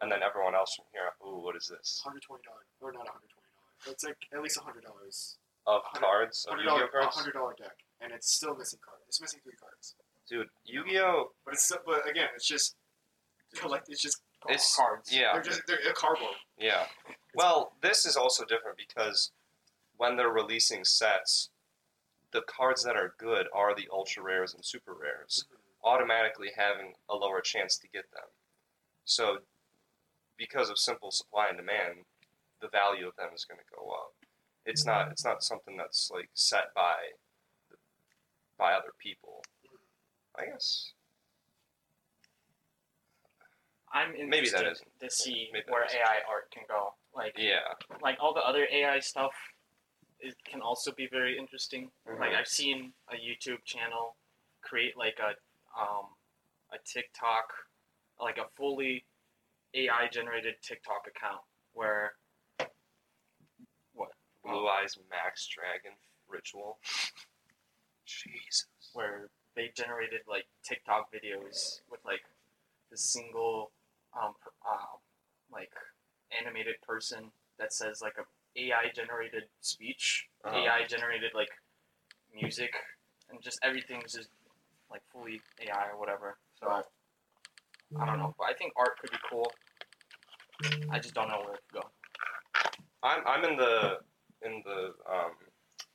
A: And then everyone else from here, ooh, what is this?
D: Hundred twenty dollars, or not hundred twenty dollars. It's like at least hundred dollars.
A: Of
D: Hundred-
A: cards? Of
D: Hundred
A: Yu Gi Oh
D: dollar,
A: cards?
D: hundred dollar deck, and it's still missing cards. It's missing three cards.
A: Dude, Yu Gi Oh!
D: But it's still- but again, it's just collect. It's just
A: It's-
C: cards.
A: Yeah,
D: They're just they're, they're cardboard.
A: yeah. Well, this is also different because when they're releasing sets, the cards that are good are the ultra rares and super rares, automatically having a lower chance to get them. So, because of simple supply and demand, the value of them is going to go up. It's not. It's not something that's like set by by other people. I guess.
C: I'm
A: Maybe that
C: interested
A: isn't.
C: to see
A: Maybe that
C: where
A: isn't.
C: AI art can go. Like
A: Yeah.
C: like all the other AI stuff, it can also be very interesting.
A: Mhm.
C: Like I've seen a YouTube channel create like a um, a TikTok, like a fully AI generated TikTok account where
A: Blue Eyes Max Dragon ritual. [LAUGHS] Jesus.
C: where they generated like TikTok videos with like the single um, per- um like animated person that says like a AI generated speech,
A: Uh-huh.
C: AI generated like music, and just everything's just like fully AI or whatever. So
D: Right.
C: I don't know, but I think art could be cool. I just don't know where it could go.
A: I'm I'm in the in the um,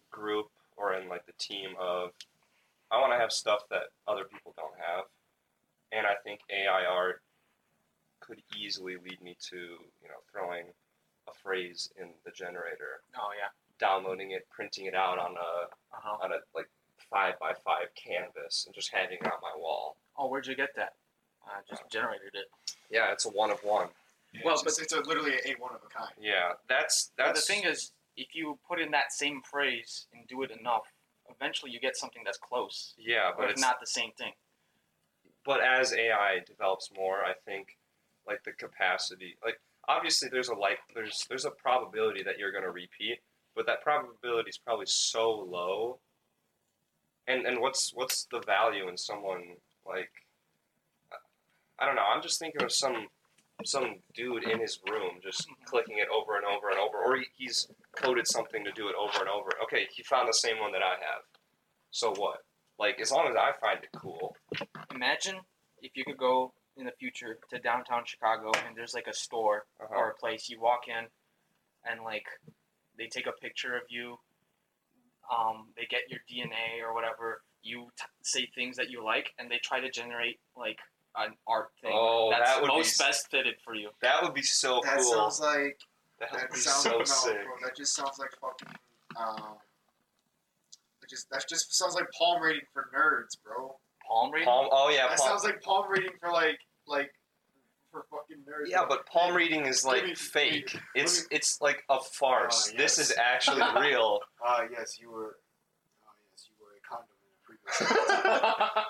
A: group or in like the team of I want to have stuff that other people don't have, and I think AI art could easily lead me to you know throwing a phrase in the generator,
C: Oh yeah.
A: downloading it, printing it out on a
C: Uh huh.
A: on a like five by five canvas, and just hanging it on my wall.
C: Oh, where'd you get that? I just generated it.
A: Yeah, it's a one of one.
C: Well,
D: it's just, it's a, literally a one of a kind.
A: Yeah, that's
C: But
A: that's
C: the thing is, if you put in that same phrase and do it enough, eventually you get something that's close,
A: Yeah,
C: or
A: but
C: if
A: it's
C: not the same thing.
A: but as AI develops more, I think like the capacity, like obviously there's a like there's there's a probability that you're going to repeat, but that probability is probably so low. And and what's what's the value in someone like I don't know, I'm just thinking of some some dude in his room just clicking it over and over and over or he, he's coded something to do it over and over. Okay, he found the same one that I have. So what? Like as long as I find it cool,
C: Imagine if you could go in the future to downtown Chicago and there's like a store
A: uh-huh.
C: or a place you walk in, and like they take a picture of you. Um, they get your DNA or whatever. You t- say things that you like, and they try to generate like an art thing
A: Oh,
C: that's
A: that would be
C: most
A: s-
C: best fitted for you.
A: That would be so
D: That
A: cool.
D: sounds like
A: that would
D: that
A: be
D: sounds
A: so
D: no,
A: sick.
D: Bro, that just sounds like fucking. Um, that just that just sounds like palm reading for nerds, bro.
C: Palm reading. [LAUGHS]
A: Palm, oh yeah,
D: that
A: palm,
D: sounds like palm reading for like like for fucking nerds.
A: yeah, but palm reading is like
D: Give me-
A: fake.
D: give me-
A: it's it's like a farce.
D: Oh,
A: This
D: yes.
A: is actually
D: [LAUGHS]
A: real.
D: Ah, yes, you were. Ah, yes, you were a condom in a previous. [LAUGHS]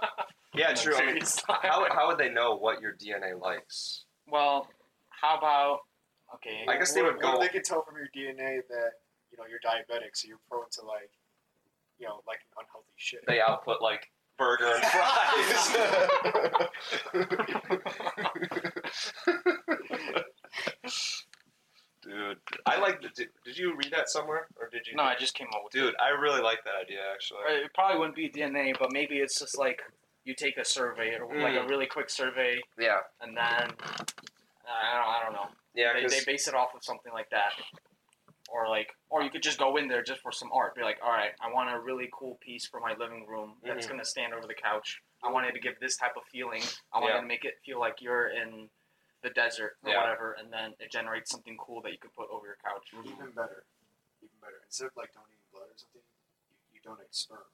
A: Yeah, true. I mean,
C: Serious.
A: how would- how would they know what your DNA likes?
C: Well, how about okay?
A: I guess they
D: Or-
A: would
D: or
A: go-
D: They could tell from your DNA that you know you're diabetic, so you're prone to like, you know, like unhealthy shit.
A: They output like burger and fries. [LAUGHS] Dude, I like the. Did, did you read that somewhere, or did you?
C: no, I just came up with
A: Dude, I really like that idea actually.
C: it. It probably wouldn't be DNA, but maybe it's just like you take a survey or like a really quick survey,
A: Yeah,
C: and then I don't, I don't know.
A: yeah,
C: they,
A: 'cause-
C: they base it off of something like that, or like, or you could just go in there just for some art. Be like, all right, I want a really cool piece for my living room that's
A: Mhm.
C: gonna stand over the couch. I wanted to give this type of feeling. I wanted
A: Yeah.
C: to make it feel like you're in the desert or
A: Yeah.
C: whatever, and then it generates something cool that you could put over your couch.
D: Even better, even better. Instead of like donating blood or something, you, you donate sperm.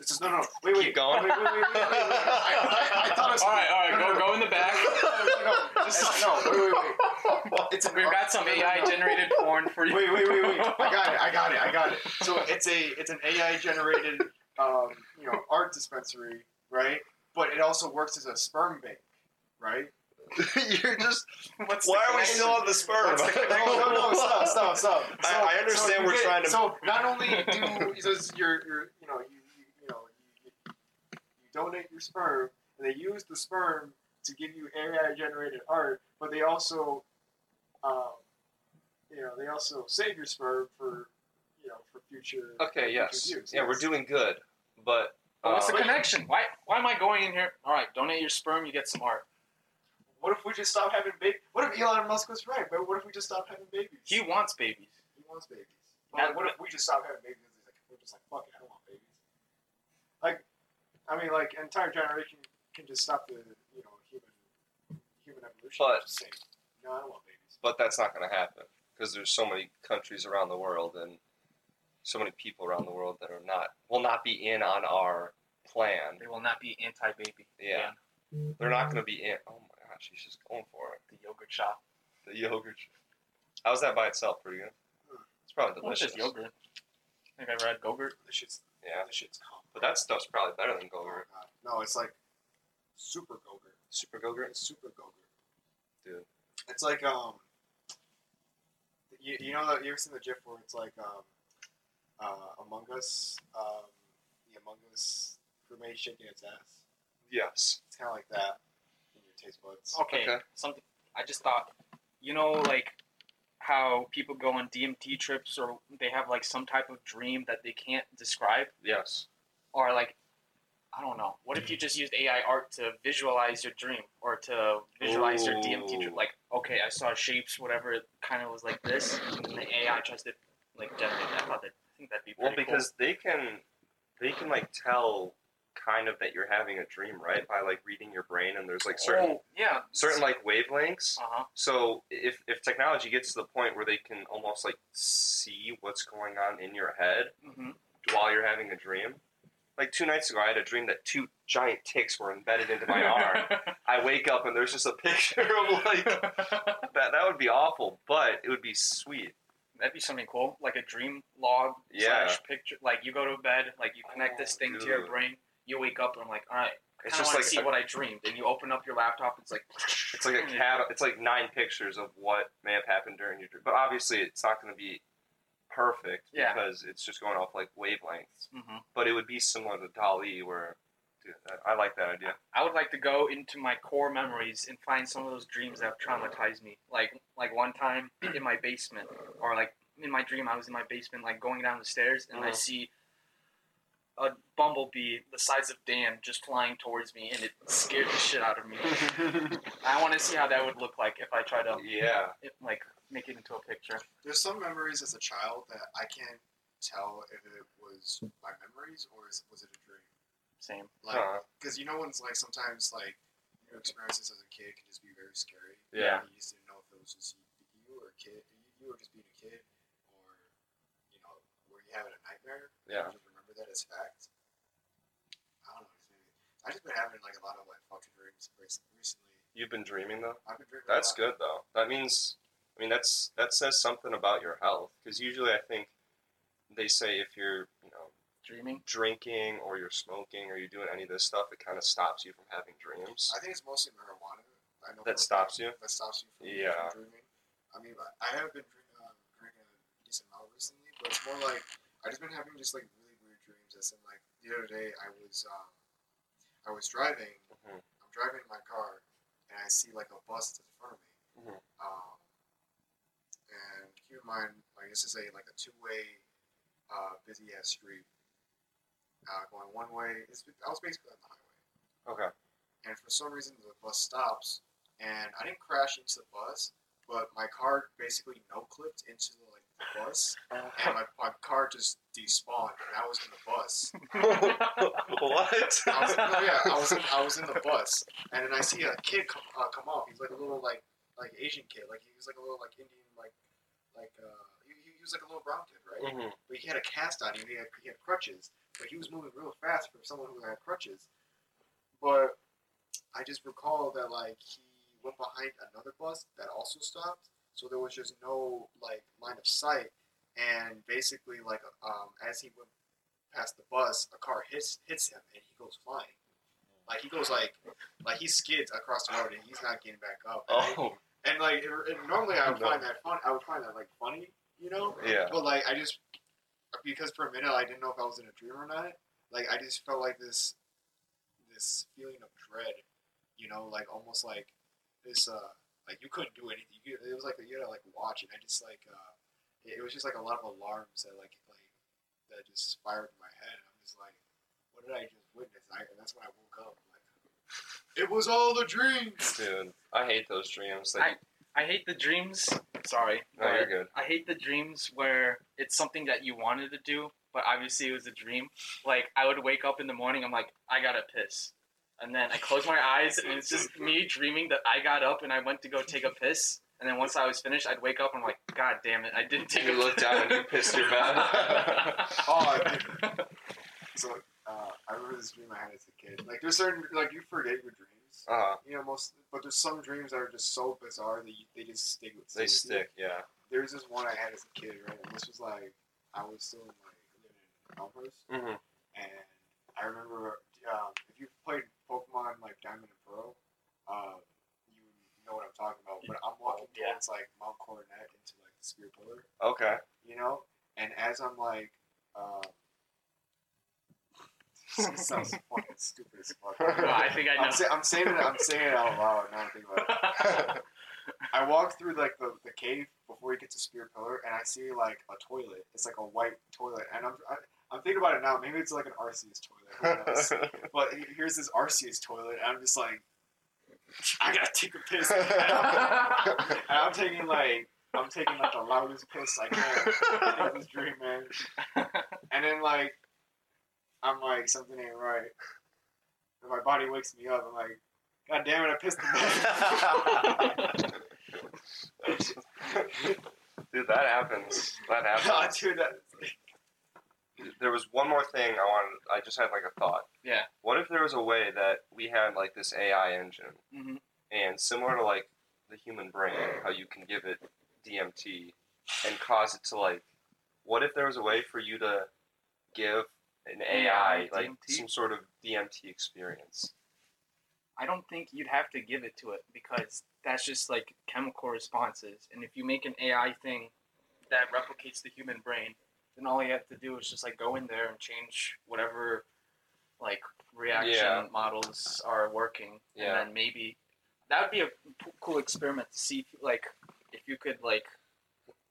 D: It's just, no, no.
A: Wait, wait,
D: keep
A: going.
D: Wait, wait, wait, wait, wait, wait. I, I, I thought I
C: [LAUGHS]
D: was.
C: all right, all right, go, go in the back.
D: [LAUGHS] No, no, just, no, wait, wait, wait. It's an
C: We've
D: art-
C: got some
D: no, no,
C: AI
D: no.
C: generated porn for you.
D: Wait, wait, wait, wait. I got it. I got it. I got it. So it's a it's an AI generated um, you know art dispensary, right? But it also works as a sperm bank, right? You're just
C: [LAUGHS] What's the
A: Why are we
C: connection?
A: still on the sperm?
C: What's the
D: no, no, no, stop, stop, stop.
A: [LAUGHS]
D: So,
A: I- I understand
D: so you
A: we're
D: get-
A: trying to-
D: So not only do so it's your your you know you you, you know you, you donate your sperm and they use the sperm to give you AI generated art, but they also um, you know they also save your sperm for you know for future.
A: [LAUGHS] Okay, yes.
D: Confused,
A: Yeah,
D: yes.
A: we're doing good, but
C: But what's the
A: uh,
C: connection? Why why am I going in here? All right, donate your sperm, you get some art.
D: What if we just stop having babies? What if Elon Musk was right? But what if we just stop having babies?
C: He wants babies.
D: He wants babies.
C: That-
D: But what if we just stop having babies? He's like, we're just like, fuck it, I don't want babies. Like, I mean, like, an entire generation can just stop the, you know, human human evolution.
A: But-
D: just say, no, I don't want babies.
A: but that's not going to happen because there's so many countries around the world and so many people around the world that are not will not be in on our plan.
C: They will not be anti baby.
A: Yeah. They're not going to be in. Oh my gosh, he's just going for it.
C: The yogurt shop.
A: The yogurt. How's that by itself? Pretty good. It's probably
C: What's
A: delicious.
C: this yogurt? I think I read Gogurt.
D: This shit's,
A: Yeah,
D: this shit's calm.
A: but that stuff's probably better than
D: Oh,
A: Gogurt.
D: God. No, it's like super gogurt.
A: Super Gogurt.
D: It's super gogurt.
A: Dude.
D: It's like, um, you, you know, you ever seen the GIF where it's like, um, uh, Among Us, um, the Among Us roommate shaking its ass?
A: Yes.
D: It's kind of like that in your taste buds.
C: Okay,
A: Okay.
C: Something I just thought you know like how people go on DMT trips or they have like some type of dream that they can't describe
A: Yes.
C: or like I don't know. What if you just used AI art to visualize your dream or to visualize your DMT
A: Ooh.
C: dream? Like, okay, I saw shapes, whatever. It kind of was like this, and then the AI tries to like generate that. I thought that- I think that'd be
A: Well,
C: pretty
A: because they can, they can like tell kind of that you're having a dream, right? By like reading your brain, and there's like
C: cool.
A: certain
C: Oh, yeah,
A: certain like wavelengths.
C: Uh huh.
A: So if if technology gets to the point where they can almost like see what's going on in your head [LAUGHS]
C: hmm
A: while you're having a dream. Like two nights ago, I had a dream that two giant ticks were embedded into my
C: [LAUGHS]
A: arm. I wake up and there's just a picture of like that. That would be awful, but it would be sweet.
C: That'd be something cool, like a dream log
A: Yeah.
C: slash picture. Like you go to bed, like you connect this
A: Oh,
C: thing to your
A: dude.
C: brain. You wake up and I'm like, all right, I
A: It's
C: kind of
A: just
C: want
A: like
C: to see
A: a-
C: what I dreamed. And you open up your laptop, it's like
A: it's
C: [LAUGHS]
A: like a cat. It's like nine pictures of what may have happened during your dream. But obviously, it's not going to be perfect
C: Yeah.
A: because it's just going off like wavelengths.
C: hmm
A: But it would be similar to Dali, where dude, I- I like that idea.
C: I would like to go into my core memories and find some of those dreams that have traumatized me. Like like one time [CLEARS THROAT] in my basement, or like in my dream, I was in my basement, like going down the stairs, and I
A: Mhm.
C: see a bumblebee the size of Dan just flying towards me, and it scared the shit out of
A: [LAUGHS]
C: me. I want to see how that would look like if I try to
A: Yeah.
C: it, like make it into a picture.
D: There's some memories as a child that I can't tell if it was my memories or is, was it a dream.
C: Same.
D: Like,
A: Huh.
D: because you know, one's like sometimes like your experiences as a kid can just be very scary.
A: Yeah.
D: You just didn't know if it was just you, you were a kid, you, you were just being a kid, or you know, were you having a nightmare?
A: Yeah.
D: You just remember that as fact. I don't know. it's maybe- I've just been having like a lot of like fucking dreams rec- recently.
A: You've been dreaming though.
D: I've been dreaming. a
A: That's
D: lot.
A: good though. That means, I mean, that's that says something about your health because usually I think they say if you're you know [LAUGHS]
C: Dreaming.
A: drinking or you're smoking or you're doing any of this stuff, it kind of stops you from having dreams.
D: I think it's mostly marijuana. I know
A: That
D: for a
A: stops
D: fact That stops you from,
A: Yeah.
D: from dreaming. I mean, I- I have been drink, uh, drinking a decent amount recently, but it's more like I just been having just like really weird dreams. As in, like the other day, I was um, I was driving.
A: Mhm.
D: I'm driving in my car, and I see like a bus that's in front of me.
A: Mhm.
D: Um, and keep in mind, like this is a like a two-way, uh, busy ass street. Uh, going one way. It's, I was basically on the highway
A: Okay.
D: and for some reason the bus stops and I didn't crash into the bus, but my car basically no clipped into the, like the bus and my, my car just despawned and I was in the bus.
C: [LAUGHS]
A: [LAUGHS] what?
D: I was, no, yeah, I was in, I was in the bus and then I see a kid come uh, come up. He's like a little like like Asian kid, like he was like a little like Indian like like uh he, he was like a little brown kid, right?
A: Mhm.
D: But he had a cast on. He had he had crutches. but he was moving real fast for someone who had crutches. But I just recall that like he went behind another bus that also stopped, so there was just no like line of sight, and basically like um, as he went past the bus, a car hits hits him and he goes flying. Like he goes like like he skids across the road and he's not getting back up. And I-
A: Oh,
D: and like it, it- normally I would
A: No.
D: find that fun. I would find that like funny, you know.
A: Yeah.
D: But like I just because for a minute I didn't know if I was in a dream or not. Like I just felt like this this feeling of dread, you know, like almost like this uh like you couldn't do anything. You, it was like you had to like watch, and I just like uh it, it was just like a lot of alarms that like like that just fired in my head. And I'm just like, what did I just witness? I, and that's when I woke up. Like [LAUGHS] it was all the dreams.
A: dude, I hate those dreams. Like,
C: I- I hate the dreams. Sorry.
A: no,
C: but
A: you're good.
C: I hate the dreams where it's something that you wanted to do, but obviously it was a dream. Like I would wake up in the morning, I'm like, I gotta piss, and then I close my eyes, and it's just me dreaming that I got up and I went to go take a piss, and then once I was finished, I'd wake up and I'm like, God damn it, I didn't take.
A: You
C: a
A: looked down and you pissed
C: [LAUGHS]
A: your bed.
D: Oh, I [LAUGHS] So uh, I remember this dream I had as a kid. Like there's certain like you forget your dreams.
A: Uh,
D: You know most, but there's some dreams that are just so bizarre that you, they just stick with.
A: they
D: with you.
A: stick, yeah.
D: There's this one I had as a kid, right? And this was like I was still in, like living in Elmhurst,
A: Mm-hmm.
D: and I remember um, if you've played Pokemon like Diamond and Pearl, um, you know what I'm talking about. But I'm walking
C: Yeah.
D: towards like Mount Coronet into like the Spear Pillar,
C: [LAUGHS]
A: Okay.
D: you know. And as I'm like, um, [LAUGHS] this sounds fucking stupid as fuck.
C: [LAUGHS] No, I think I
D: I'm,
C: know.
D: sa- I'm saying it. I'm saying it out loud. Now I think about it. I walk through like the, the cave before you get to Spear Pillar, and I see like a toilet. It's like a white toilet, and I'm I, I'm thinking about it now. Maybe it's like an Arceus toilet.
C: [LAUGHS]
D: Who knows? but he- here's this Arceus toilet, and I'm just like, I gotta take a
C: [LAUGHS]
D: piss. And I'm, and I'm taking like I'm taking like the loudest piss I can in this dream, man. And then like, I'm like something ain't right. And my body wakes me up. I'm like, God damn it, I pissed the bed.
C: [LAUGHS]
D: [LAUGHS]
A: [LAUGHS] Dude, that happens. That
D: God,
A: happens.
D: dude, that,
A: There was one more thing I wanted. I just had like a thought.
C: Yeah.
A: What if there was a way that we had like this AI engine,
C: Mhm.
A: and similar to like the human brain, how you can give it DMT and cause it to like. What if there was a way for you to give an AI,
C: AI
A: like
C: DMT?
A: some sort of DMT experience?
C: I don't think you'd have to give it to it because that's just like chemical responses. And if you make an AI thing that replicates the human brain, then all you have to do is just like go in there and change whatever like reaction
A: Yeah.
C: models are working.
A: Yeah.
C: And then maybe that would be a p- cool experiment to see if, like if you could like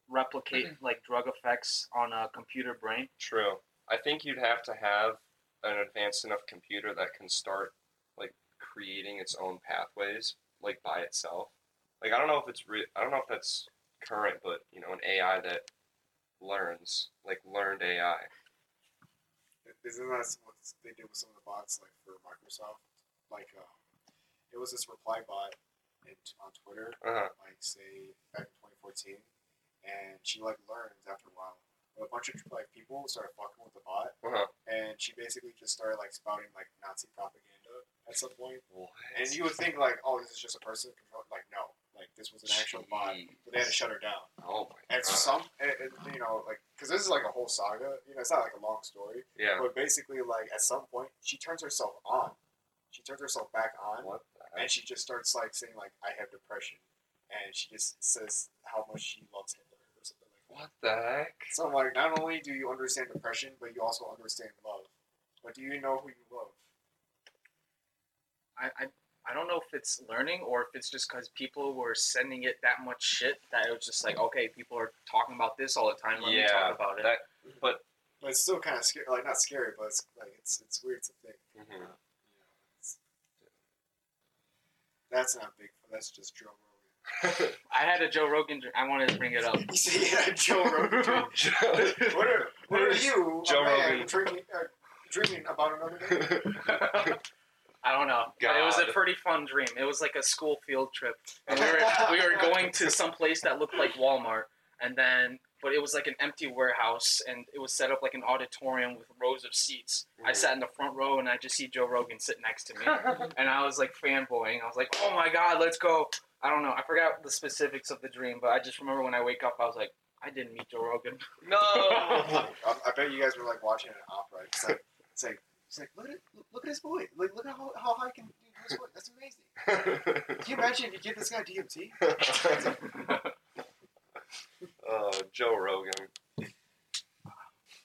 C: replicate like drug effects on a computer brain.
A: True. I think you'd have to have an advanced enough computer that can start like creating its own pathways like by itself. Like I don't know if it's re- I don't know if that's current, but you know, an AI that learns like learned AI.
D: isn't that what they did with some of the bots like for Microsoft? Like, um, it was this reply bot in, on Twitter,
A: Uh-huh.
D: like say back in 2014, and she like learns after a while. But a bunch of like people started fucking with the bot,
A: Uh-huh.
D: and she basically just started like spouting like Nazi propaganda at some point.
A: What?
D: And you would think like, oh, this is just a person control-" Like, no, like this was an actual bot. But they had to shut her down.
A: Oh my
D: And
A: god.
D: for some, and, and, you know, like, because this is like a whole saga. You know, it's not like a long story.
A: yeah.
D: But basically, like at some point, she turns herself on. She turns herself back on,
A: What the
D: and
A: heck?
D: she just starts like saying like I have depression, and she just says how much she loves Hitler or something like that.
A: What the heck?
D: [LAUGHS] So I'm like, not only do you understand depression, but you also understand love. But do you know who you love?
C: I, I I don't know if it's learning or if it's just because people were sending it that much shit that it was just like, okay, people are talking about this all the time. Let me
A: Yeah,
C: talk about it.
A: that-
D: But it's still kind of scary. Like not scary, but it's like it's it's weird to think.
A: hmm
D: You know, it's, that's not big. That's just Joe Rogan. [LAUGHS]
C: I had a Joe Rogan. dr- I wanted to bring it up.
D: You see, yeah, Joe Rogan. dude.
A: [LAUGHS]
D: [LAUGHS] What are, what are you,
A: Joe
D: a man,
A: Rogan.
D: drinking, uh, dreaming about another
A: [LAUGHS]
D: day?
C: I don't know. But It was a
A: God.
C: pretty fun dream. It was like
A: [LAUGHS]
C: a school field trip. And we were we were going to some place that looked like Walmart, and then but it was like an empty warehouse, and it was set up like an auditorium with rows of seats.
A: Mm.
C: I sat in the front row, and I just see Joe Rogan sit next to me, and I was like fanboying. I was like, "Oh my god, let's go!" I don't know. I forgot the specifics of the dream, but I just remember when I wake up, I was like, "I didn't meet Joe Rogan." [LAUGHS]
A: no.
D: I, I bet you guys were like watching an opera. It's like, it's like, it's like look at look at his voice. Like look at how, how high can do his voice. That's amazing. Can you imagine if you give this guy DMT?
A: [LAUGHS] oh, Joe Rogan.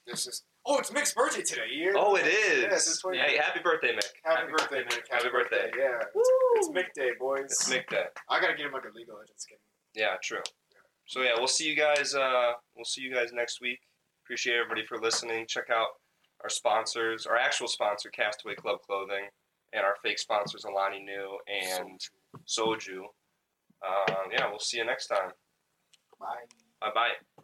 D: It's just oh, it's Mick's birthday today. You
A: Oh, it is.
D: Yes, it's 20.
A: Hey, happy birthday, Mick.
D: Happy birthday, Mick.
A: Happy birthday.
D: Yeah. It's Mick Day, boys.
A: It's Mick Day.
D: I gotta get him like a League of Legends skin.
A: Yeah, true. So yeah, we'll see you guys. Uh, we'll see you guys next week. Appreciate everybody for listening. Check out our sponsors, our actual sponsor, Castaway Club Clothing, and our fake sponsors, Alani New and Soju. Um, yeah, we'll see you next time.
D: Bye.
A: Bye bye.